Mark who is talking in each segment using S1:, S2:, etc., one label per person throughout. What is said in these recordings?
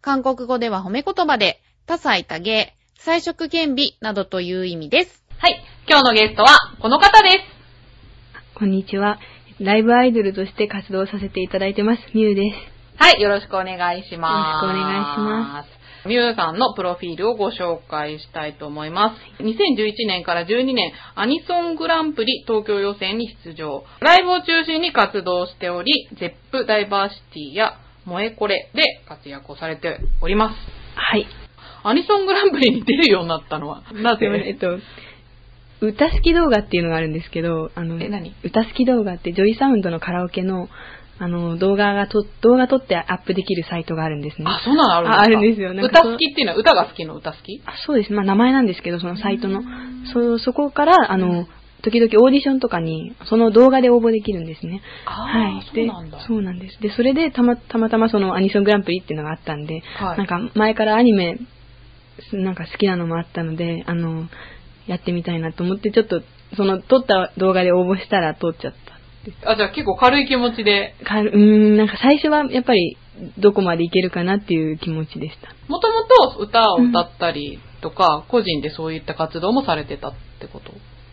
S1: 韓国語では褒め言葉で、多彩多芸、彩色兼美などという意味です。
S2: はい。今日のゲストは、この方です。
S3: こんにちは。ライブアイドルとして活動させていただいてます、ミュウです。
S2: はい。よろしくお願いします。。
S3: よろしくお願いします
S2: ミュウさんのプロフィールをご紹介したいと思います。2011年から12年、アニソングランプリ東京予選に出場。ライブを中心に活動しており、ゼップダイバーシティや萌えこれで活躍をされております。
S3: はい。
S2: アニソングランプリに出るようになったのは、な
S3: す
S2: ぜ
S3: いません、えっと、歌好き動画っていうのがあるんですけど、あの、
S2: え何
S3: 歌好き動画ってジョイサウンドのカラオケの、あの、動画がと、動画撮ってアップできるサイトがあるんですね。
S2: あ、そんなのあるんですか
S3: ああるんですよなんか
S2: 歌
S3: その
S2: 好きっていうのは歌が好きの歌好き
S3: あそうです。まあ、名前なんですけど、そのサイトの。そ、そこから、あの、時々オーディションとかに、その動画で応募できるんですね。
S2: あー
S3: はい。
S2: そう
S3: で
S2: なんだ
S3: そうなんです。で、それで、たま、たまたまそのアニソングランプリっていうのがあったんで、
S2: はい
S3: なんか前からアニメ、なんか好きなのもあったので、あの、やってみたいなと思って、ちょっと、その、撮った動画で応募したら通っちゃった。
S2: あ、じゃあ結構軽い気持ちで
S3: かうーん、なんか最初はやっぱり、どこまでいけるかなっていう気持ちでした。
S2: もともと歌を歌ったりとか、個人でそういった活動もされてたってこと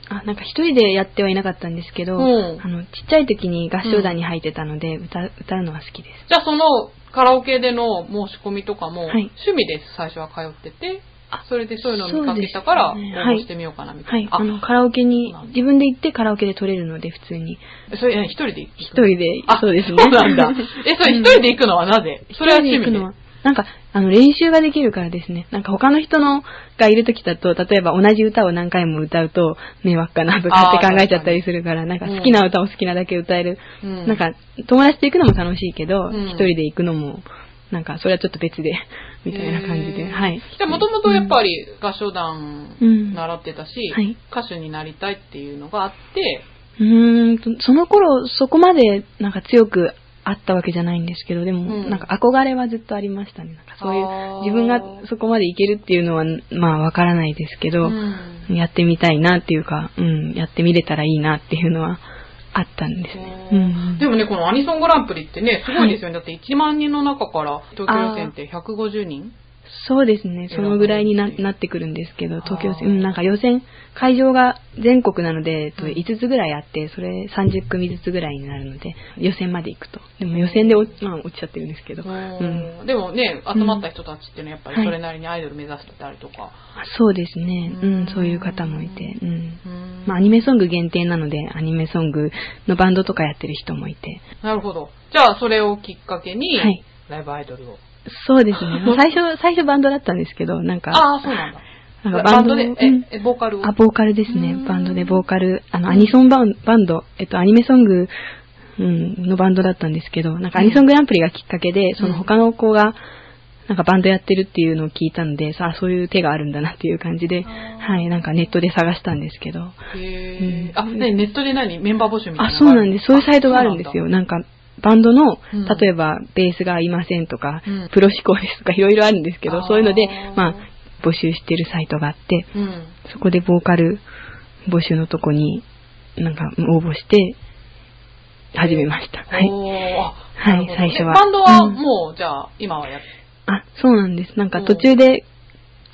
S3: あ、なんか一人でやってはいなかったんですけど、
S2: うん
S3: あの、ちっちゃい時に合唱団に入ってたので、歌、歌うのは好きで
S2: じゃあそのカラオケでの申し込みとかも、
S3: はい
S2: 趣味で最初は通ってて
S3: あ、
S2: それでそういうのを見かけたから、応
S3: そうですねはい
S2: 募してみようかなみ
S3: す。
S2: た
S3: はいい。
S2: な。
S3: あの、カラオケに
S2: そうなん、だ
S3: 自分で行ってカラオケで撮れるので、普通に。
S2: あ、それえ一人で行く
S3: 一人で
S2: あ、、
S3: そうですね。
S2: そうなん だ。え、それ一人で行くのはなぜ、それは趣
S3: 一人で行く
S2: 味で。
S3: のはなんか、あの、練習ができるからですね。なんか他の人のがいる時だと、例えば同じ歌を何回も歌うと迷惑かなとかって
S2: あー
S3: 考えちゃったりするから、なんか
S2: うん
S3: 好きな歌を好きなだけ歌える。
S2: うん
S3: なんか、友達と行くのも楽しいけど、
S2: うん
S3: 一人で行くのも、なんか、それはちょっと別で、みたいな感じ
S2: へ
S3: で、
S2: ー
S3: はい。
S2: じゃあもともとやっぱり合唱団
S3: うん
S2: 習ってたし、
S3: はい
S2: 歌手になりたいっていうのがあって、
S3: うーんと、その頃、そこまで、なんか強くあったわけじゃないんですけど、でも、
S2: うん
S3: なんか憧れはずっとありましたね。なんかそうい
S2: あー
S3: う、自分がそこまで行けるっていうのは、まあ、わからないですけど、
S2: うん
S3: やってみたいなっていうか、うん、やってみれたらいいなっていうのはあったんですね。うん、
S2: でもね、このアニソングランプリってね、すごいですよね。だって1万人の中から、東京予選って150人
S3: そうですね、そのぐらいにな
S2: 選ばれるっていう
S3: なってくるんですけど、東京予
S2: あー
S3: 選、うん、なんか予選、会場が全国なので、えっと
S2: うん
S3: 5つぐらいあって、それ30組ずつぐらいになるので、予選まで行くと。でも予選でお、まあ、落ちちゃってるんですけど、うん、
S2: でもね、集まった人たちっていうのはやっぱりそれなりにアイドル目指してたりとか。
S3: そうですね、う
S2: うん
S3: ん、そういう方もいて、うん。
S2: うん
S3: まあ、アニメソング限定なので、アニメソングのバンドとかやってる人もいて、
S2: なるほど。じゃあ、それをきっかけに
S3: はい、
S2: ライブアイドルを。
S3: そうで すね、最初、最初バンドだったんですけど、なんか、
S2: ああ、そうなんだ。
S3: なん
S2: バ
S3: かバ
S2: ン
S3: ン
S2: ド
S3: ド
S2: で
S3: で、うん
S2: え、えボーカルを。
S3: あ、ボーカルです
S2: う
S3: ね
S2: ん。
S3: バンドでボーカル。あの、アニソンバンバンド、えっと、アニメソング、うん、のバンドだったんですけど、なんかアニソングランプリがきっかけで、その他の子が、なんかバンドやってるっていうのを聞いたので、さあ、そういう手があるんだなっていう感じで、
S2: あー
S3: はい、なんかネットで探したんですけど。
S2: へー
S3: うん
S2: あ、ね、ネットで何メンバー募集みたい
S3: あ
S2: な、の
S3: そう
S2: がる
S3: なんです。そういうサイトがあるんですよ。。なんか、バンドの
S2: うん、
S3: 例えば、ベースがいませんとか、
S2: うん
S3: プロ志向ですとか、いろいろあるんですけ
S2: あ
S3: ど
S2: ー、
S3: そういうので、まあ、募集してるサイトがあって、
S2: そうなんだうん。
S3: そこでボーカル募集のとこに、なんか応募して、始めました。はい。
S2: おーあ
S3: は
S2: なる
S3: い
S2: ほどね
S3: 最初は
S2: バンドは
S3: うん
S2: もう、じゃあ、今はやっ
S3: あ、そうなんです。なんか途中で、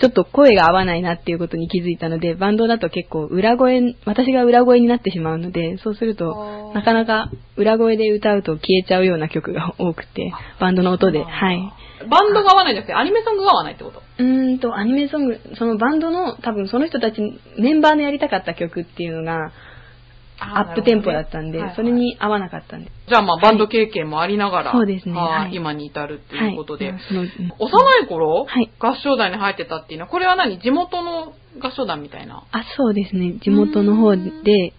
S3: ちょっと声が合わないなっていうことに気づいたので、バンドだと結構裏声、私が裏声になってしまうので、そうする
S2: あ
S3: と
S2: ー、
S3: なかなか裏声で歌うと消えちゃうような曲が多くて、バンドの音で、はい。
S2: バンドが合わないんじゃなくて、アニメソングが合わないってこと
S3: うーんと、アニメソング、そのバンドの、多分その人たち、メンバーのやりたかった曲っていうのが、アップテンポだったんで、
S2: なるほ
S3: そ
S2: どね
S3: れ
S2: はいはい
S3: に合わなかったんで。
S2: じゃあまあバンド経験もありながら、
S3: そうですね
S2: はい
S3: はい
S2: 今に至るっていうことで、
S3: はい、そのうん
S2: 幼い頃、
S3: はい
S2: 合唱団に入ってたっていうのは、これは何地元の合唱団みたいな。
S3: あ、そうですね。地元の方で、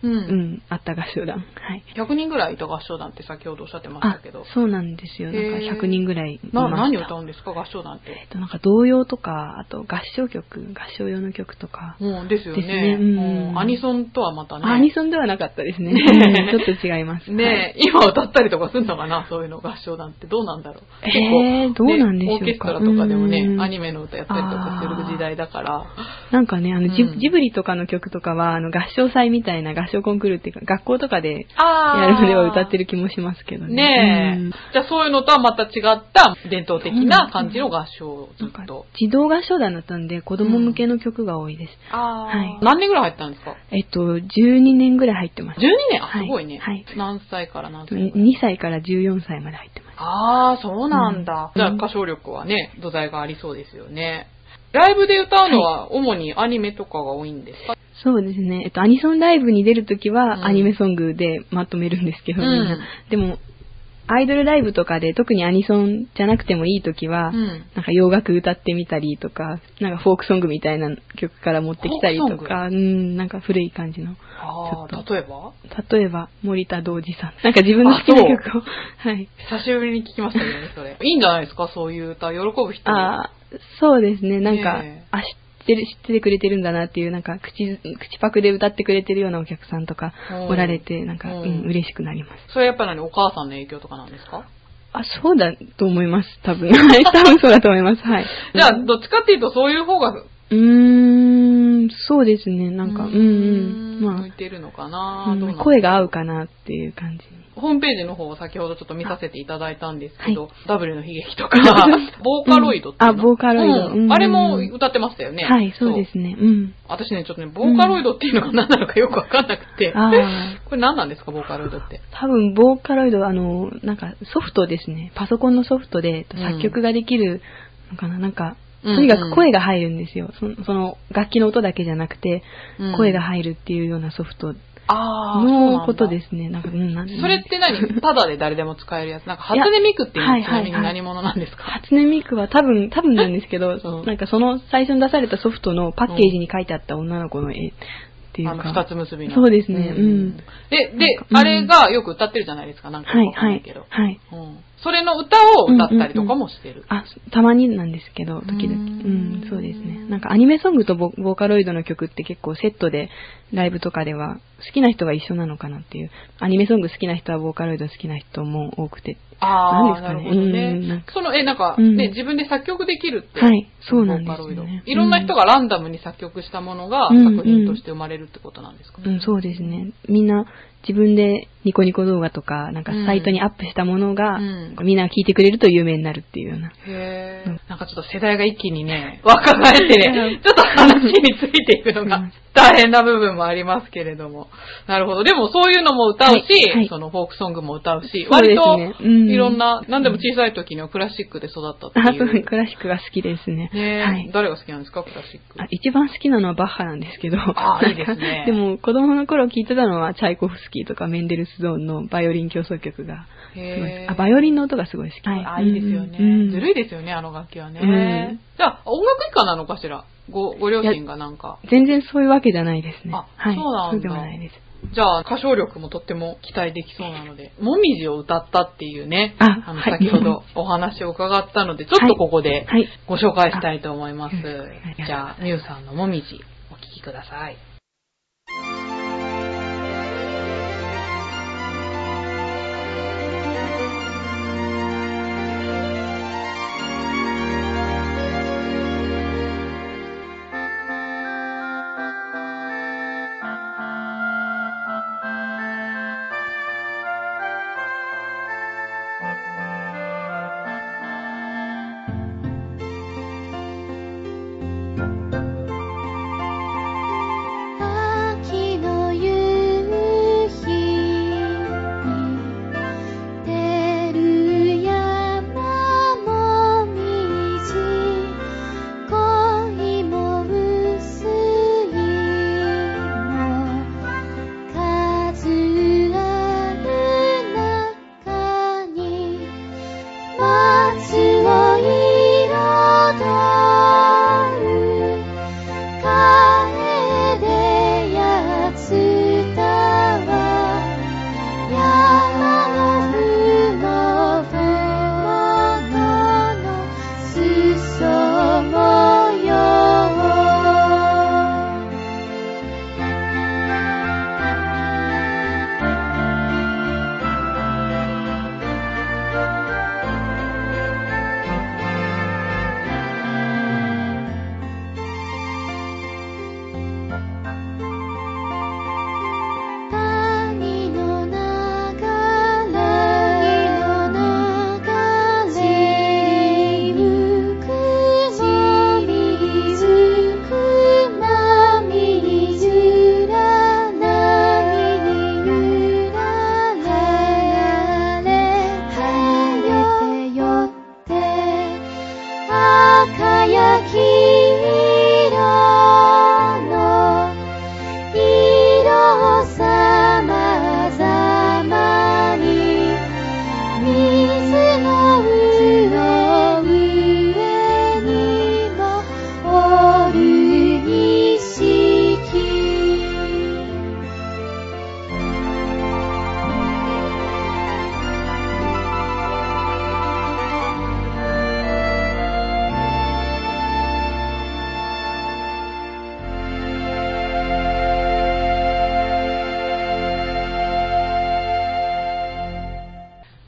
S2: うん
S3: うん、あった合唱団。はい。
S2: 100人ぐらいいた合唱団って先ほどおっしゃってまし
S3: あ
S2: たけど、、
S3: そうなんですよ。なん
S2: へー
S3: か100人ぐらいい
S2: な
S3: ました。
S2: 何を歌うんですか、合唱団って
S3: え。っと、なんか童謡とか、あと合唱曲、合唱用の曲とか。
S2: うん、ですよね。
S3: ですねうん
S2: うんアニソンとはまたね。
S3: あアニソンではなかったですね。
S2: ね
S3: ちょっと違います。
S2: ねえ、今歌ったりとかするのかなそういうの合唱団ってどうなんだろう。
S3: えー
S2: 結構
S3: どうなんでしょう
S2: ねオー
S3: か
S2: ケストラとかでも
S3: う
S2: ね、
S3: ん
S2: アニメの歌やったりとかする時代だから。
S3: はい。なんかね、あの、ジ
S2: うん
S3: ジブリとかの曲とかは、あの、合唱祭みたいな合唱コンクールっていうか、学校とかで
S2: あ
S3: やるのでは歌ってる気もしますけどね。
S2: ねえ、
S3: うん
S2: じゃあそういうのとはまた違った伝統的な感じの合唱をず
S3: なん
S2: っ
S3: か
S2: と。、
S3: 児童合唱団だったんで、子供向けの曲が多いです。
S2: あー
S3: はい
S2: 何年ぐらい入ったんですか
S3: えっと、12年ぐらい入ってます
S2: ?12。年あ、
S3: はい
S2: すごいね、
S3: はい
S2: 何歳から何歳ぐらい
S3: 2歳から14歳まで入ってます。
S2: ああ、そうなんだ。
S3: うん
S2: じゃあ歌唱力はね、土台がありそうですよね。ライブで歌うのは主にアニメとかが多いんですか、
S3: そうですね。えっと、アニソンライブに出るとき
S2: うん
S3: は、アニメソングでまとめるんですけど、
S2: うん
S3: みんな。でも、アイドルライブとかで、特にアニソンじゃなくてもいいときは、
S2: うん。
S3: なんか洋楽歌ってみたりとか、なんかフォークソングみたいな曲から持ってきたりと
S2: フォークソ
S3: か、うん、なんか古い感じの。
S2: あ
S3: ちょ
S2: あ
S3: っ、と
S2: 例えば
S3: 例えば、森田同時さん。なんか自分の好きな曲を。 はい。
S2: 久しぶりに聞きましたけどね、それ。いいんじゃないですかそういう歌、喜ぶ人。
S3: ああ、そうですね。なんか、
S2: ねえ
S3: あ、知ってる、知っててくれてるんだなっていう、なんか、口、口パクで歌ってくれてるようなお客さんとか
S2: うん
S3: おられて、なんか、
S2: う
S3: うんん、嬉しくなります。
S2: それやっぱり何お母さんの影響とかなんですか
S3: あ、そうだと思います。多分。はい、多分そうだと思います。はい。
S2: じゃあ、どっちかっていうとそういう方が、
S3: うーん、そうですね。なんか、うんうん。ま
S2: 向いてるのかな、
S3: あ、
S2: どうなん
S3: うん
S2: だろう
S3: 声が合うかなっていう感じ。
S2: ホームページの方を先ほどちょっと見させていただいたんですけど、
S3: は
S2: W の悲劇 とか、ボーカロイドっていうの、
S3: うんあボーカロイド
S2: うん
S3: うん
S2: あれも歌ってましたよね。
S3: はい、そうですね。うん。
S2: そう。私ね、ちょっとね、ボーカロイドっていうのが何なのかよくわかんなくて、
S3: ああ。
S2: これ何なんですか、ボーカロイドって。
S3: 多分、ボーカロイド、あの、なんかソフトですね。パソコンのソフトで、えっと
S2: うん
S3: 作曲ができるのかな、なんか、
S2: うん
S3: とにかく声が入るんですよ。そのその、楽器の音だけじゃなくて、
S2: うん
S3: 声が入るっていうようなソフト
S2: あ。
S3: のことですすね。なんか、うん、なん
S2: それって何ただで誰でも使えるやつ。なんか、初音ミクっていうのはちなみに何者なんですか
S3: 初音ミクは多分、多分なんですけど、
S2: うん
S3: なんかその最初に出されたソフトのパッケージに書いてあった女の子の絵っていう
S2: あ
S3: か。
S2: の、二つ結びの。
S3: そうですねうん
S2: で、で
S3: なんか、うん
S2: あれがよく歌ってるじゃないですか、なんか
S3: は
S2: わ
S3: い、
S2: かん
S3: は
S2: ない
S3: い
S2: けど。、
S3: はい。
S2: うんそれの歌を歌ったりとかもしてる。
S3: あ、たまになんですけど、
S2: う
S3: 時々。うんん、そうですね。なんかアニメソングとボボーカロイドの曲って結構セットでライブとかでは好きな人が一緒なのかなっていう。アニメソング好きな人はボーカロイド好きな人も多くて。
S2: ああ、な
S3: な
S2: る
S3: んで
S2: ほ
S3: すかね
S2: ど
S3: うんなん
S2: ね。
S3: か
S2: その、え、なんか、
S3: うん
S2: ね、自分で作曲できるって。
S3: はいそうなんです
S2: ボ
S3: よね
S2: ーカロイド
S3: うん
S2: いろんな人がランダムに作曲したものが
S3: うん
S2: 作品として生まれるってことなんですか
S3: うん、そうですね。みんな自分でニコニコ動画とか、なんかサイトにアップしたものが、
S2: うん
S3: みんなが聴いてくれると有名になるっていうような。
S2: へえ
S3: うん。
S2: なんかちょっと世代が一気にね、若返って
S3: う
S2: ね
S3: ん、
S2: ちょっと話についていくの
S3: う
S2: が
S3: ん
S2: 大変な部分もありますけれども。なるほど。でもそういうのも歌うし
S3: はいはい、
S2: そのフォークソングも歌うし、
S3: そう
S2: 割
S3: ですね
S2: と
S3: うん
S2: いろ んな、何でも小さい時にはクラシックで育ったって
S3: あ
S2: い
S3: と、
S2: う。
S3: クラシックが好きですね。
S2: ねえ、
S3: はい。
S2: 誰が好きなんですか、クラシック。
S3: あ一番好きなのはバッハなんですけど。
S2: あいいですね
S3: でも、子供の頃聞いてたのは、チャイコフスキーとかメンデルスゾーンのバイオリン競争曲が、すごい
S2: へ
S3: 好
S2: ー
S3: きあ、バイオリンの音がすごい好き。
S2: あ、いいですよね。ずる
S3: い。
S2: いですよね、あの楽器はね。
S3: うん
S2: じゃあ、音楽以下なのかしらご、ご両親がなんか。
S3: 全然そういうわけじゃないですね。
S2: あ
S3: はい、
S2: そうなんだ
S3: そうでもないです。
S2: じゃあ、歌唱力もとっても期待できそうなので、もみじを歌ったっていうね、
S3: あ
S2: の、
S3: はい
S2: 先ほどお話を伺ったので、ちょっとここで
S3: はい。
S2: ご紹介したいと思います。
S3: あうんはい
S2: じゃあ、みゆさんのもみじ、お聴きください。
S4: 「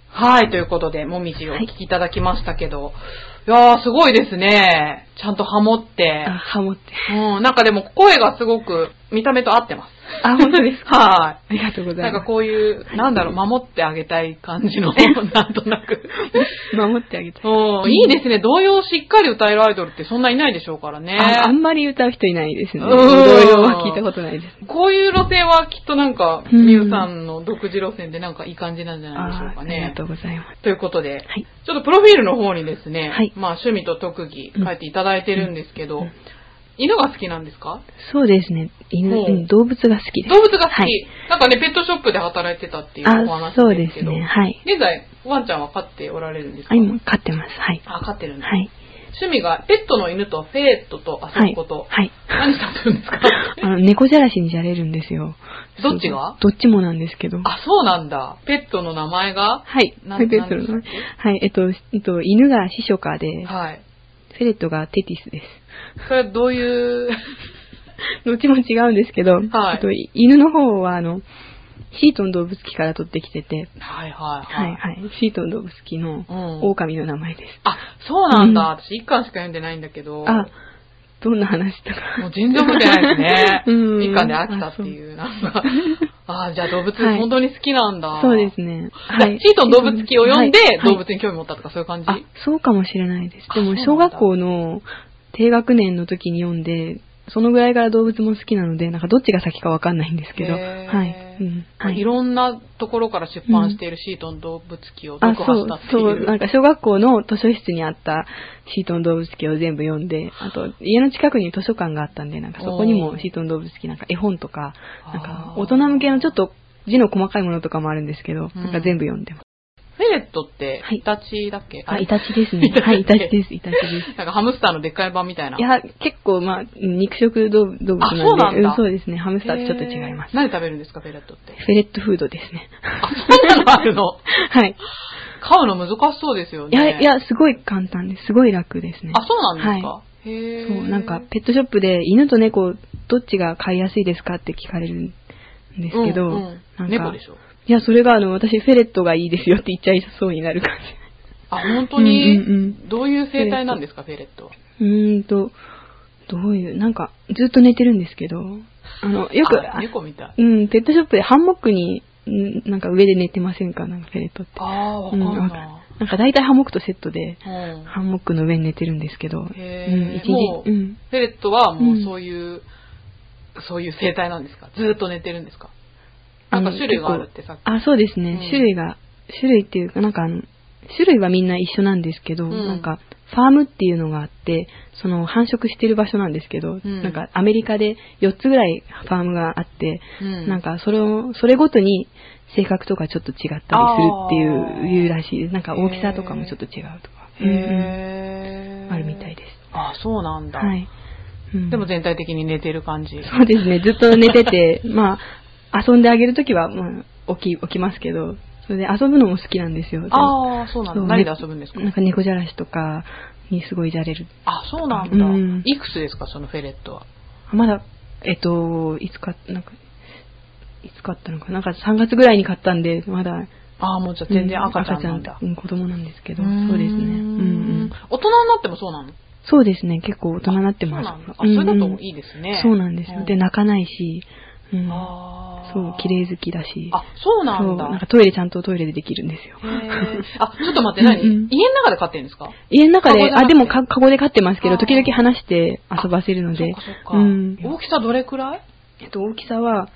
S2: はい、ということで、もみじをお聞きいただきましたけど、い、やー、すごいですね。ちゃんとハモって
S3: あ、。ハモって。
S2: うん、なんかでも声がすごく見た目と合ってます。
S3: あ、本 当ですか。
S2: は
S3: ありがとうご
S2: い。
S3: ざ
S2: ないん
S3: ま
S2: かこういう、なんだろう、守ってあげたい感じ の、なんとなく。
S3: す。守ってあげたい。
S2: うん、いいですね。童謡をしっかり歌えるアイドルってそんないないでしょうからね。
S3: ああんまり歌う人いないですね。
S2: うん
S3: 童謡は聞いたことないです。
S2: こういう路線はきっとなんか、
S3: うん
S2: みゆさんの独自路線でなんかいい感じなんじゃないでしょ
S3: あ
S2: う
S3: ー
S2: か
S3: あ
S2: ね。
S3: りがとうございます。
S2: ということで、
S3: はい。
S2: ちょっとプロフィールの方にですね、
S3: はい
S2: まあ趣味と特技
S3: うん
S2: 書いていただいてるんですけど、
S3: うん
S2: 犬が好きなんですか
S3: そうですね。犬、
S2: ほう
S3: うん動物が好きです。
S2: 動物が好き、
S3: はい
S2: なんかね、ペットショップで働いてたっていうお
S3: あ
S2: 話、
S3: そう
S2: で
S3: です
S2: け
S3: す
S2: ど、
S3: ね。はい。
S2: 現在、ワンちゃんは飼っておられるんですか
S3: あ、今、飼ってます。はい。
S2: あ、飼ってるんだ。
S3: はい。
S2: 趣味がペットの犬とフェーットと遊
S3: は
S2: ぶ
S3: い
S2: こと。。
S3: はい。
S2: 何されてるんですか
S3: あの、猫じゃらしにじゃれるんですよ。
S2: どっちが
S3: そうどっちもなんですけど。
S2: あ、そうなんだ。ペットの名前が
S3: はい。
S2: な
S3: フェレット
S2: なんで
S3: の
S2: し
S3: 名
S2: たっ
S3: はい。えっと、えっと、犬がシショカで、
S2: はい。
S3: フェレットがテティスです。
S2: それはどういう、
S3: どっちも違うんですけど、
S2: はい
S3: えっと、犬の方は、あの、シートン動物記から取ってきてて、
S2: はいはいは。
S3: はいいはい。シートン動物記の
S2: うん
S3: 狼の名前です。
S2: あ、そうなんだ。
S3: うん
S2: 私一巻しか読んでないんだけど。
S3: あ、どんな話と
S2: もう
S3: か。
S2: 全然覚えてないですね。
S3: うん
S2: 一巻で飽きたっていう、なんか。ああ、じゃあ動物
S3: はい
S2: 本当に好きなんだ。
S3: そうですね。
S2: じゃあ。シートン動物記を読んで、動物に興味持ったとかそういう感じ、
S3: あ、そうかもしれないです。で
S2: あそう
S3: も、
S2: なんだ
S3: 小学校の低学年の時に読んで、そのぐらいから動物も好きなので、なんかどっちが先かわかんないんですけど、
S2: へ
S3: は
S2: ー、
S3: い。うん。はいい。
S2: ろんなところから出版しているシートン動物記を
S3: あ
S2: 読、破
S3: そ
S2: し
S3: う
S2: たってい
S3: そう、
S2: う。
S3: なんか小学校の図書室にあったシートン動物記を全部読んで、あと家の近くに図書館があったんで、なんかそこに
S2: お
S3: も
S2: ー
S3: シートン動物記なんか絵本とか、
S2: あー
S3: なんか大人向けのちょっと字の細かいものとかもあるんですけど、
S2: うん
S3: なんか全部読んでます。
S2: フェレットって、
S3: はい
S2: イタチだっけ、
S3: あ、イタチですね。はい、 イタチです、イタチです。
S2: なんかハムスターのでっかい版みたいな。
S3: いや、結構、まあ、うん肉食動物動物なんで
S2: あそうなんだ
S3: そうですね。ハム
S2: へー、
S3: スターとちょっと違います。
S2: 何食べるんですか、フェレットっ て。
S3: フェレットフードですね。
S2: あ、そんなのあるの
S3: はい。
S2: 飼うの難しそうですよ
S3: い
S2: ね。
S3: や、いや、すごい簡単です。すごい楽ですね。
S2: あ、そうなんですか、
S3: は
S2: へえ。
S3: そう、なんか、ペットショップで犬と猫、どっちが飼いやすいですかって聞かれるんですけど、
S2: うんうん
S3: なんか、
S2: 猫でしょ
S3: いや、それが、あの、私、フェレットがいいですよって言っちゃいそうになる感
S2: あ、本当に、
S3: うんうんうん
S2: どういう生態なんですか、フェレットは。
S3: じ。うーんと、どういう、なんか、ずっと寝てるんですけど、あの、よく、
S2: あ猫みたい。
S3: うん、ペットショップでハンモックに、んなんか上で寝てませんかなんかフェレットって。
S2: ああ、わか
S3: うんん、
S2: な
S3: なんか大体ハンモックとセットで、
S2: い。うん。
S3: ハンモックの上に寝てるんですけど、うん、
S2: へ
S3: 一
S2: ーも
S3: 時、
S2: う
S3: うん。
S2: フェレットはもううんそういう、そういう生態なんですかずーっと寝てるんですかなんか種類があるってさっき。
S3: あ、そうですね、
S2: うん
S3: 種類が、種類っていうか、なんかあの、種類はみんな一緒なんですけど、
S2: ん
S3: なんか、ファームっていうのがあって、その繁殖してる場所なんですけど、
S2: ん
S3: なんかアメリカで4つぐらいファームがあって、
S2: うん
S3: なんかそれを、それごとに性格とかちょっと違ったりする
S2: あ
S3: って
S2: ー
S3: いう、いうらしいです。なんか大きさとかもちょっと違うとか、うんうん
S2: へー
S3: あるみたいです。
S2: あ、そうなんだ。
S3: はい。うん
S2: でも全体的に寝てる感じ。
S3: そうですね、ずっと寝てて、まあ、遊んであげるときは、まあ、起き、起きますけど、それで遊ぶのも好きなんですよ。でも
S2: ああ、そうなん
S3: そ
S2: だ。
S3: う
S2: 何で遊ぶんですか
S3: なんか猫じゃらしとかにすごいじゃれる。
S2: あ、そうなんだ。
S3: うん
S2: いくつですか、そのフェレットは。
S3: まだ、えっと、いつか、なんか、いつ買ったのかななんか3月ぐらいに買ったんで、まだ、
S2: ああ、もうじゃあ全然赤ちゃんなん
S3: う
S2: だ。
S3: うん、子供なんですけど、
S2: うーん
S3: そうですね。うんうん。
S2: 大人になってもそうなの
S3: そうですね、結構大人になって
S2: そう
S3: ます。
S2: なんだ。あ、それだとい
S3: い
S2: いですね。
S3: そうなんですよ。で、
S2: な、
S3: 泣かないし、うん。
S2: あー
S3: そう、綺麗好きだし。
S2: あ、そうな
S3: そ
S2: ん
S3: う、なんか
S2: だ。
S3: トイレちゃんとトイレでできるんですよ
S2: へ。ーあ、ちょっと待って、何
S3: うんうん
S2: 家の中で飼ってるんですか
S3: 家の中
S2: カ
S3: で、
S2: ゴじゃなく
S3: あ、
S2: て
S3: でもか、カゴで飼ってますけ
S2: あ
S3: ど、
S2: ー
S3: 時々離して遊ばせるの
S2: そっ
S3: で
S2: かそっ。か。
S3: うん。
S2: 大きさどれくらい
S3: えっと、大きさは、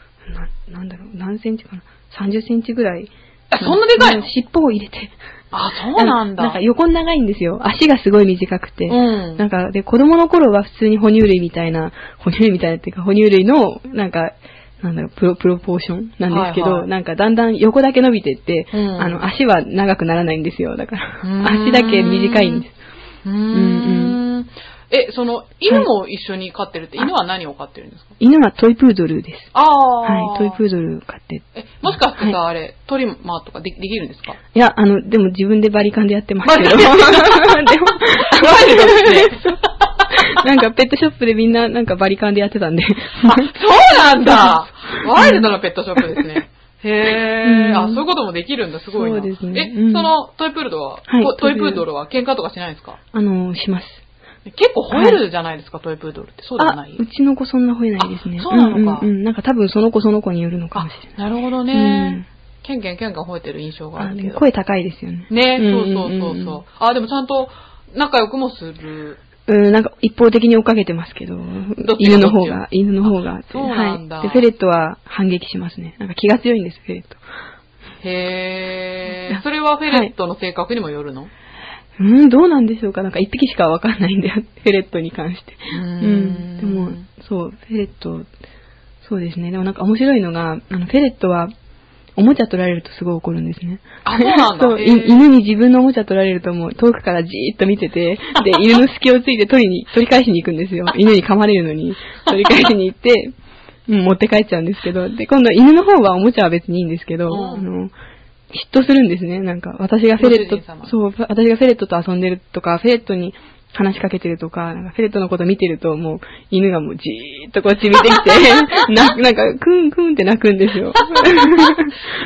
S3: な、なんだろう、何センチかな ?30 センチぐらい。
S2: あそんなでかいの
S3: うん尻尾を入れて。
S2: あ、そうなんだ。
S3: なんか横長いんですよ。足がすごい短くて。
S2: うん
S3: なんか、で、子供の頃は普通に哺乳類みたいな、 哺乳類みたいなっていうか、哺乳類の、なんか、なんだろう、プロ、プロポーションなんですけど、
S2: はいはい
S3: なんかだんだん横だけ伸びてって、
S2: うん
S3: あの、足は長くならないんですよ。だか
S2: うーん
S3: ら、足だけ短いんです。
S2: うー
S3: うん
S2: ん。え、その、犬も一緒に飼ってるって、犬は何を飼ってるんですか
S3: 犬はトイプードルです。
S2: ああ。
S3: はい、トイプードル飼って。
S2: え、もしかしてさ、あれ、トリマーとかでできるんです か
S3: いや、あの、でも自分でバリカンでやってますけど。
S2: バ
S3: で
S2: リ
S3: も、
S2: カンワイルドですね
S3: そう なんかペットショップでみ んななんかバリカンでやってたんで。
S2: あ、そうなんだワイルドなペットショップですね。へえ、
S3: うん
S2: あ、そういうこともできるんだ、すごいな。
S3: そうですね
S2: え、
S3: うん
S2: そのトイプードルは、
S3: はい
S2: トトイプードルは喧嘩とかしないんですか
S3: あの、します。
S2: 結構吠えるじゃないですか、トイプードルって。そうでは
S3: あ
S2: な、いう
S3: ちの子そんな吠えないですね。
S2: あそうなのか
S3: うんうんうん。なんか多分その子その子によるのかもしれ
S2: なるほど
S3: ない。
S2: ね。ケンケンケンケン吠えてる印象
S3: うん
S2: があ
S3: あ
S2: る
S3: で
S2: け
S3: も
S2: ど。
S3: 声高いですよね。
S2: ね、そうそう
S3: うん
S2: そう
S3: うんうん
S2: そう。あ、でもちゃんと仲良くもする。
S3: うん、なんか一方的に追っかけてますけど
S2: っ、ちが
S3: 犬の方が、犬の方が。
S2: そうなんだ
S3: はい。で、フェレットは反撃しますね。なんか気が強いんです、フェレット。
S2: へ
S3: う
S2: え。
S3: ん
S2: それはフェレットの性格にもよるの、
S3: うん、どうなんでしょうかなんか一匹しかわかんないんだよ、 フェレットに関して。
S2: うー
S3: うんん。でも、そう、フェレット、そうですね。でもなんか面白いのが、あの、フェレットは、おもちゃ取られるとすごい怒るんですね。
S2: あそうなんだ
S3: そう
S2: へ
S3: い
S2: ー
S3: 犬に自分のおもちゃ取られるともう遠くからじーっと見て て、で、犬の隙をついて取りに、取り返しに行くんですよ。犬に噛まれるのに、取り返しに行って、うん、持って帰っちゃうんですけど、で、今度犬の方はおもちゃは別にいいんですけど、
S2: うん
S3: あの、嫉妬するんですね。なんか、私がフェレット
S2: ご主人様、
S3: そう、私がフェレットと遊んでるとか、フェレットに話しかけてるとか、なんかフェレットのこと見てると、もう、犬がもうじーっとこっち見てきて、 ななんか、クンクンって泣くんで すよ。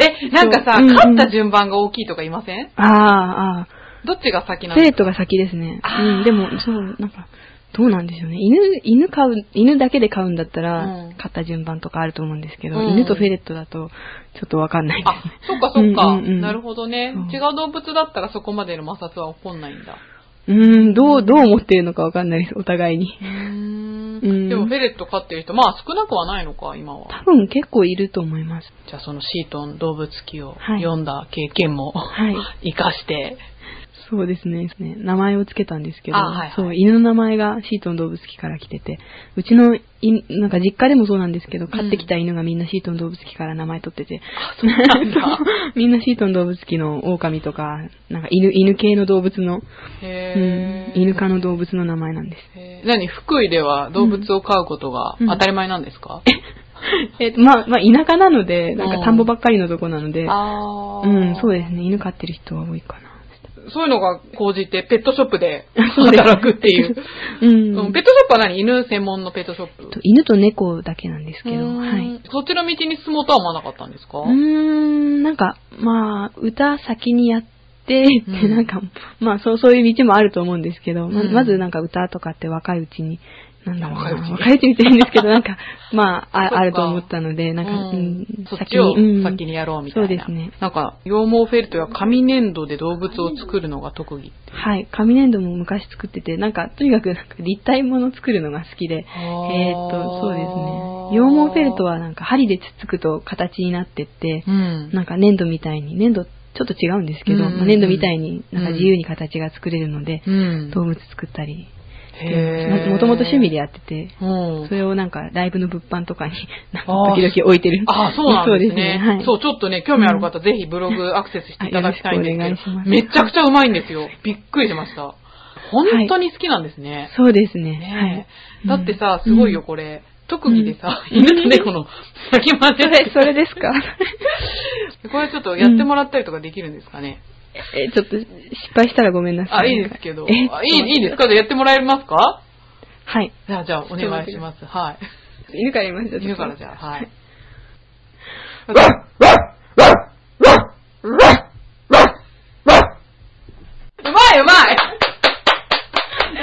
S2: え、なんかさ、
S3: そううんうん
S2: 勝った順番が大きいとかいません
S3: ああ、ああ。
S2: どっちが先な
S3: フ
S2: の
S3: ェレットが先ですね。
S2: あー
S3: うん、でも、そう、なんか、どうなんでしょうね。犬、犬飼う、犬だけで飼うんだったら、
S2: うん
S3: 飼った順番とかあると思うんですけど、
S2: うん
S3: 犬とフェレットだと、ちょっとわかんないです
S2: あ
S3: ね。、
S2: そっかそっか。
S3: うんうんうん
S2: なるほどね
S3: そう。
S2: 違う動物だったらそこまでの摩擦は起こんないんだ。
S3: うーん、どう、どう思ってるのかわかんないです、お互いに。
S2: うー
S3: うん
S2: ん。でもフェレット飼ってる人、まあ少なくはないのか、今は。
S3: 多分結構いると思います。
S2: じゃあそのシートン動物記を
S3: はい
S2: 読んだ経験も、
S3: はい
S2: 活かして。
S3: そうですね。ね名前をつけたんですけど、
S2: あはいはい
S3: そう、犬の名前がシートン動物記から来てて、うちのい、なんか実家でもそうなんですけど、飼ってきた犬がみんなシートン動物記から名前取ってて、
S2: なんだ
S3: みんなシートン動物記の狼とか、なんか犬、犬系の動物の、うん
S2: へ、ー
S3: 犬科の動物の名前なんです。
S2: へー何福井では動物を飼うことが
S3: うん
S2: 当たり前なんですか、
S3: えっと、まあ、まあ、田舎なので、なん
S2: う
S3: か
S2: ん
S3: 田んぼばっかりのとこなので、
S2: ああ。
S3: うん、そう
S2: で
S3: ですね。犬飼ってる人は多いかな。
S2: す。そういうのが講じてペットショップで
S3: そうです
S2: 働くっていう。
S3: うん。
S2: うんペットショップは何犬専門のペットショップ
S3: と犬と猫だけなんですけ
S2: う
S3: ど、
S2: ーん
S3: はい。
S2: そっちの道に進もうとは思わなかったんですか
S3: うーん、なんか、まあ、歌先にやって、
S2: うん
S3: ってなんか、まあそう、そういう道もあると思うんですけど、ま
S2: うん
S3: まずなんか歌とかって若いうちに、なんだろうな
S2: 若いうちに
S3: 若いうちにって言うんですけど、な んか、まあ、
S2: そっ
S3: あ
S2: か
S3: あると思ったので、なんか、
S2: う
S3: うんん、
S2: そっちを
S3: うん
S2: 先にやろうみたいな。
S3: そうですね。
S2: なんか、羊毛フェルトや紙粘土で動物を作るのが特技。
S3: はい。紙粘土も昔作ってて、なんか、とにかくなんか立体物作るのが好きで、えーっと、そうですね。羊毛フェルトはなんか針でつつくと形になってって、
S2: うん。
S3: なんか粘土みたいに、粘土ちょっと違うんですけ
S2: うん
S3: ど、
S2: うんうん
S3: まあ粘土みたいになんか自由に形が作れるので、
S2: うん
S3: 動物作ったり、
S2: へー
S3: もともと趣味でやってて、
S2: うん
S3: そ。れをなんかライブの物販とかになんか
S2: あー
S3: 時々置いてる。
S2: あ、そうなんですね。
S3: そうはい。
S2: そう、ちょっとね、興味ある方、ぜひブログアクセスしていただきたいんです
S3: あ
S2: け
S3: よろしくお
S2: ど、
S3: 願いします
S2: めちゃくちゃうまいんですよ。びっくりしました。本当に好きなんですね。
S3: そうですね。
S2: ねえ
S3: はい。
S2: だってさ、すごいよ、
S3: うん。
S2: これ。特技でさ、犬と猫の先まで。
S3: それ、それですか
S2: これちょっとやってもらったりとかできるんですかね。
S3: え、ちょっと失敗したらごめんなさい。
S2: あ、いいですけど。
S3: え
S2: あいい、いいですかじゃあやってもらえますか
S3: はい。
S2: じゃあ、じゃあ、お願いします。はい。
S3: 犬から言いました。
S2: 犬からじゃあ、はい。うまいうまい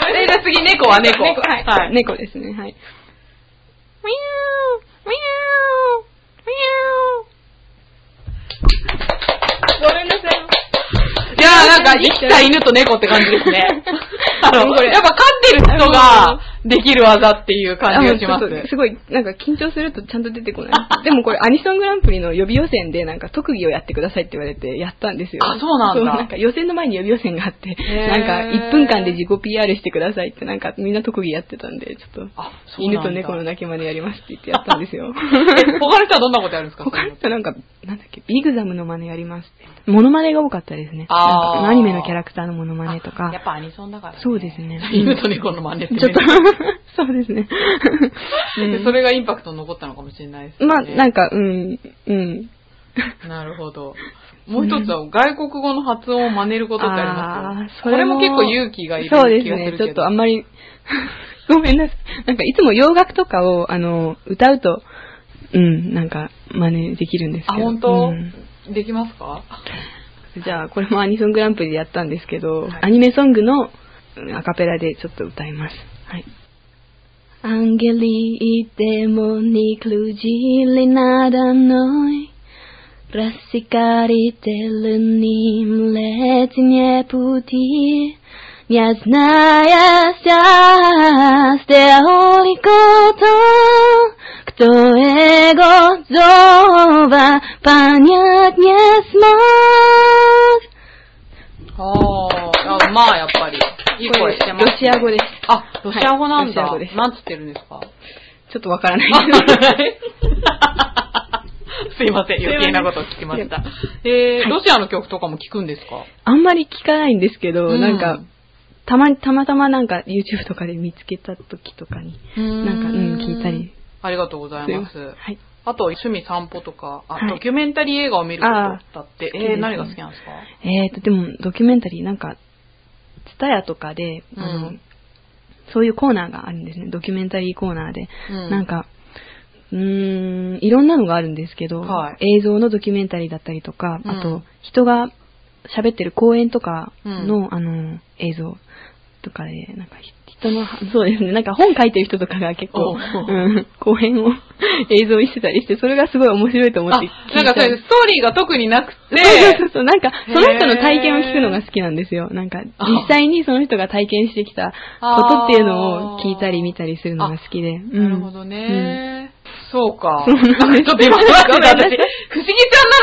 S2: それで次、猫は猫。
S3: 猫、はい。
S2: はい。
S3: 猫ですね、はい。。
S2: ミャーミャーミャーごめんなさい。いやーなんか、生きた犬と猫って感じですね あ
S3: でも
S2: の、
S3: これ
S2: やっぱ飼ってる人ができる技っていう感じがしま
S3: あも
S2: す
S3: うちょっ。とすごい、なんか緊張するとちゃんと出てこない。でもこれアニソングランプリの予備予選でなんか特技をやってくださいって言われてやったんですよ。
S2: あそうなんだ
S3: なんか予選の前に予備予選があって、
S2: へー
S3: なんか1分間で自己 PR してくださいってなんかみんな特技やってたんで、ちょっと
S2: あそうなん
S3: 犬
S2: だ。
S3: と猫の鳴き真似やりますって言ってやったんですよ
S2: 他の人はどんなことやるんですか
S3: 他の人なんか、なんだっけ、ビグザムの真似やりますって。モノマネが多かったですね。
S2: あー
S3: なんかアニメのキャラクターのモノマネとか。
S2: あやっぱアニソンだから、
S3: そうですね
S2: 犬と猫の真似ってね、
S3: ちょっと、そうですね。
S2: でそれがインパクトに残ったのかもしれないですね。
S3: まあ、なんか、うん、うん。
S2: なるほど。もう一つは、外国語の発音を真似ることってありますよ。これも結構勇気がいる気がす
S3: そうで
S2: る
S3: す
S2: けど。
S3: ね。ちょっとあんま り、ごめんなさい。なんかいつも洋楽とかを、あの、歌うと、うん、なんか、真似できるんですけど。
S2: あ本当
S3: うん
S2: できますか
S3: じゃあ、これもアニソングランプリでやったんですけど、アニメソングのうんアカペラでちょっと歌います。はい。Angeli demoni crugili nada noi Rassicari telenim leti nie puti Nie znaja się z teorikoto Którego zowa paniat nie smog
S2: あーあ、まあやっぱり。いい声してます、
S3: これロシア語です
S2: あ、ロシア語なんだ。
S3: はいロシア語です
S2: なんつってるんですか
S3: ちょっとわからない
S2: あすいません、余計なこと聞きました
S3: い。
S2: え
S3: は
S2: ー、
S3: い
S2: ロシアの曲とかも聞くんですか
S3: あんまり聞かないんですけど、
S2: うん
S3: なんか、たまに、たまたまなんか YouTube とかで見つけた時とかに、なんか、うん、聞いたり。
S2: ありがとうございます。
S3: はい。
S2: あと、趣味散歩とか、あ、
S3: はい
S2: ドキュメンタリー映画を見ることだって、
S3: あー好きです
S2: えー、
S3: ね
S2: 何が好きなんですか
S3: えーと、でも、ドキュメンタリー、なんか、ツタヤとかで、あの、
S2: うん
S3: そういうコーナーがあるんですね。ドキュメンタリーコーナーで。
S2: うん
S3: なんか、うーん、いろんなのがあるんですけど、
S2: は
S3: 映像のドキュメンタリーだったりとか、
S2: うん
S3: あと、人が喋ってる公演とか
S2: う
S3: の、あの、映像とかで、なんか、ひ人の、そうですね、なんか本書いてる人とかが結
S2: おう
S3: 構、うん、公演を 映像にしてたりして、それがすごい面白いと思って聞い
S2: あ、
S3: た
S2: なんかそういうストーリーが特になくて、
S3: そうそうそう、なんか、その人の体験を聞くのが好きなんですよ。なんか、実際にその人が体験してきたことっていうのを聞いたり見たりするのが好きで。うん
S2: なるほどね。そうか。
S3: そうなんです
S2: ちょっと今、待ってた私、不思議ちゃん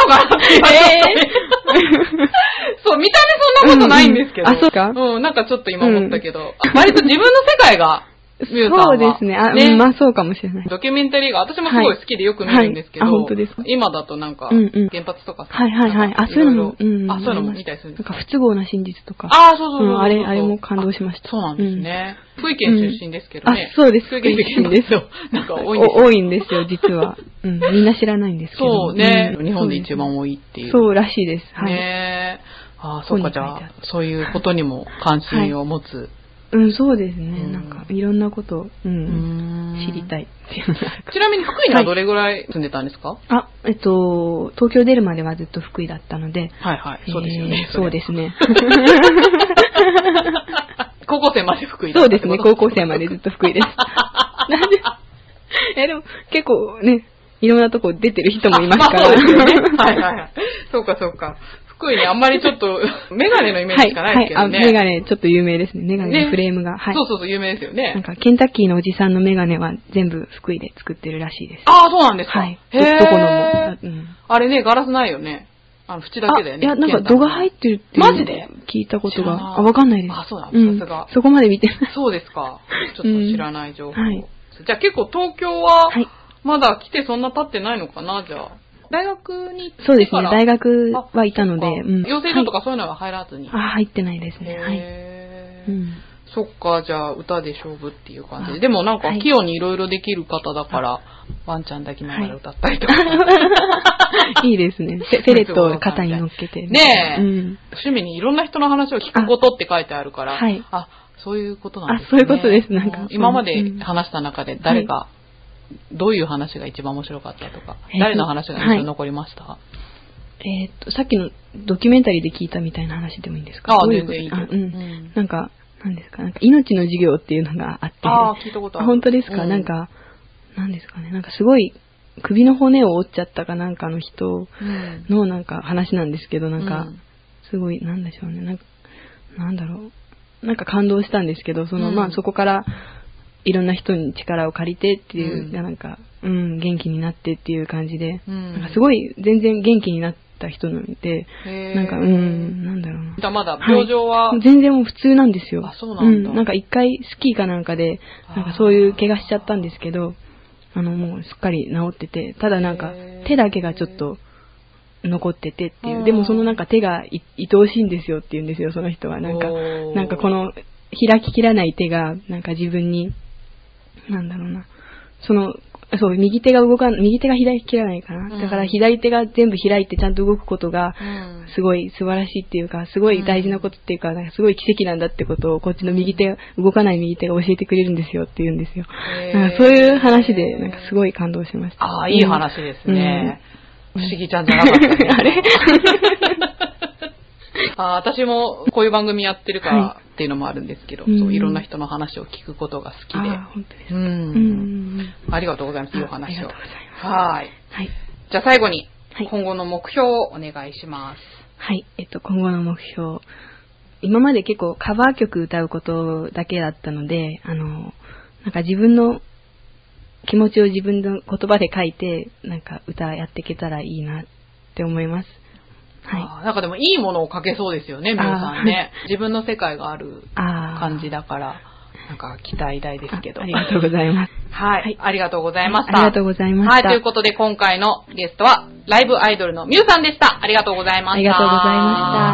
S2: なのかなって今ちょっとねそう、見た目そんなことないんですけど。
S3: うんうんあそうか
S2: うん、なんかちょっと今思ったけど。割と自分の世界が、ミュウさんは
S3: そうですね。あ、うん、まあそうかもしれな い。
S2: ドキュメンタリーが、私もすごい好きでよく見るんですけど、
S3: はいはいあ本当ですか
S2: 今だとなんか
S3: うんうん、
S2: 原発とかさ
S3: はいはいはい。あ、そういうのも、
S2: いろいろ
S3: うん。
S2: あ、そういうのも見たりするんで
S3: な
S2: す
S3: ん
S2: か
S3: か、不都合な真実とか。
S2: あー、そうそうそうそう
S3: うんあれあれも感動しました
S2: あそうなんですね。福井県出身ですけどね。
S3: あそうです
S2: 福井県出身ですよ。 なんか多いんです
S3: お
S2: よ
S3: 多。いんですよ、実は。うん。みんな知らないんですけど。
S2: そうね。
S3: ん
S2: 日本で一番多いっていう。
S3: そうらしいです。はい。
S2: ねえ。ああ、そうか、
S3: 本
S2: じ
S3: に書いて
S2: ゃ
S3: ある
S2: あ、そういうことにも関心を持つ。
S3: うん、そうですね。
S2: うん
S3: なんか、いろんなことを、う、
S2: うんーん
S3: 知りたいっていうのがあるか
S2: ちなみに福井にはどれぐらい住んでたんですか
S3: らあ、えっと、東京出るまではずっと福井だったので、
S2: はいはい。そうですよね
S3: え。ーそうです
S2: ね。
S3: ね。
S2: 高校生まで福井だっ
S3: そ
S2: た
S3: うですね、高校生までずっと福 井です。なんで、え、でも、結構ね、いろんなとこ出てる人もいますか
S2: あ
S3: ら。
S2: そうですよね はいはいはい。そうかそうか。福井にあんまりちょっ と、メガネのイメージしかないですけ
S3: は
S2: ど
S3: い、
S2: ね。
S3: あ、メガネ、ちょっと有名ですね。メガネ
S2: ね
S3: のフレームが。はい
S2: そ。うそうそう、有名ですよ
S3: なん
S2: ね。
S3: か、ケンタッキーのおじさんのメガネは全部福井で作ってるらしいです。
S2: ああ、そうなんですか。
S3: はい。
S2: へ
S3: ど
S2: え。
S3: どこのも。うん
S2: あれね、ガラスないよね。あの、縁だけだよね。
S3: あいや、なんか度が入ってるっていう
S2: マジで
S3: 聞いたこと
S2: 知らない
S3: が。あ、わかんないです。
S2: あそうなの
S3: ん
S2: さすが
S3: そこまで見てない。
S2: そうですか。ちょっと知らない情報。
S3: うんはい
S2: じゃあ結構東京は
S3: はい、
S2: まだ来てそんな経ってないのかな、じゃあ。大学に行ってから
S3: そうですね。大学はいたので、
S2: あ
S3: うん。
S2: 養成所とかそういうのは入らずに。
S3: はい。あ、入ってないですね。はい。
S2: へ
S3: う
S2: ー
S3: ん。
S2: そっか、じゃあ歌で勝負っていう感じで。
S3: あ
S2: でもなんか
S3: はい
S2: 器用にいろいろできる方だから、ワンちゃん抱きながら歌ったり とか。
S3: いいで すね。フェフェレットを肩に乗っけて。
S2: ねえ
S3: うん。
S2: 趣味にいろんな人の話を聞くことって書いてあるから、
S3: あはい
S2: あ、そういうことなんです
S3: あそういうことですなんか
S2: うん今まで
S3: うん
S2: 話した中で誰が、どういう話が一番面白かったとか、
S3: えっと
S2: 誰の話が印象に残りました、
S3: えーっと、さっきのドキュメンタリーで聞いたみたいな話でもいいんですか
S2: あ
S3: どういうこと
S2: 全然いいよ
S3: あ、う
S2: うん
S3: ん。なんか、なんですか、なんか、命の授業っていうのがあって。
S2: ああ、聞いたことある。
S3: 本当ですか、
S2: う
S3: なん、か、なんですかね、なんかすごい首の骨を折っちゃったかなんかの人
S2: うん
S3: のなんか話なんですけど、なん
S2: う
S3: か
S2: ん、
S3: すごい、なんでしょうね、なんか、なんだろう、なんか感動したんですけど、その、
S2: うん
S3: まあそこから、いろんな人に力を借りてっていう、
S2: うん
S3: なんか、うん、元気になってっていう感じで、
S2: うん
S3: なんかすごい全然元気になった人なので、
S2: へー
S3: なんか、うん、なんだろうな
S2: じ。ゃあまだ病状は、
S3: い全然もう普通なんですよ。
S2: あそうなんだ
S3: なんか一回スキーかなんかで、なんかそういう怪我しちゃったんですけど、あのもうすっかり治ってて、ただなんか
S2: へー
S3: 手だけがちょっと残っててって
S2: う
S3: い
S2: ん
S3: う、でもそのなんか手がい愛おしいんですよって言うんですよ、その人は。なんか
S2: お、ー
S3: なんかこの開ききらない手が、なんか自分に、なんだろうな、そのそう、右手が動かん、右手が左切らないか
S2: う
S3: な。
S2: ん
S3: だから左手が全部開いてちゃんと動くことが、
S2: うん
S3: すごい素晴らしいっていうか、すごい大事なことっていうか、なんかすごい奇跡なんだってことを、こっちの右手、動かない右手が教えてくれるんですよって言うんですよ。
S2: へー
S3: なんかそういう話で、なんかすごい感動しました。
S2: ああ、いい話ですね。不思議ちゃんじゃなかったね、
S3: あ れ
S2: あー私もこういう番組やってるから
S3: は
S2: っていうのもあるんですけど、
S3: うん
S2: そういろんな人の話を聞くことが好きで。
S3: あー本当です
S2: う。
S3: か。うんん。
S2: ありがとうございます、いいお話を。
S3: ありがとうございます
S2: はーい。
S3: はい。
S2: じゃあ最後に
S3: はい、
S2: 今後の目標をお願いします。
S3: はい。えっと、今後の目標。今まで結構カバー曲歌うことだけだったので、あの、なんか自分の気持ちを自分の言葉で書いて、なんか歌やっていけたらいいなって思います。はい。
S2: あーなんかでもいいものをかけそうですよね、皆さんね。自分の世界がある
S3: あー
S2: 感じだから、なんか期待大ですけど。
S3: あありがとうございます。
S2: はい、
S3: はい
S2: ありがとうございました。
S3: ありがとうございました
S2: はい、ということで今回のゲストは、ライブアイドルのミュウさんでした。ありがとうございました。
S3: ありがとうございました。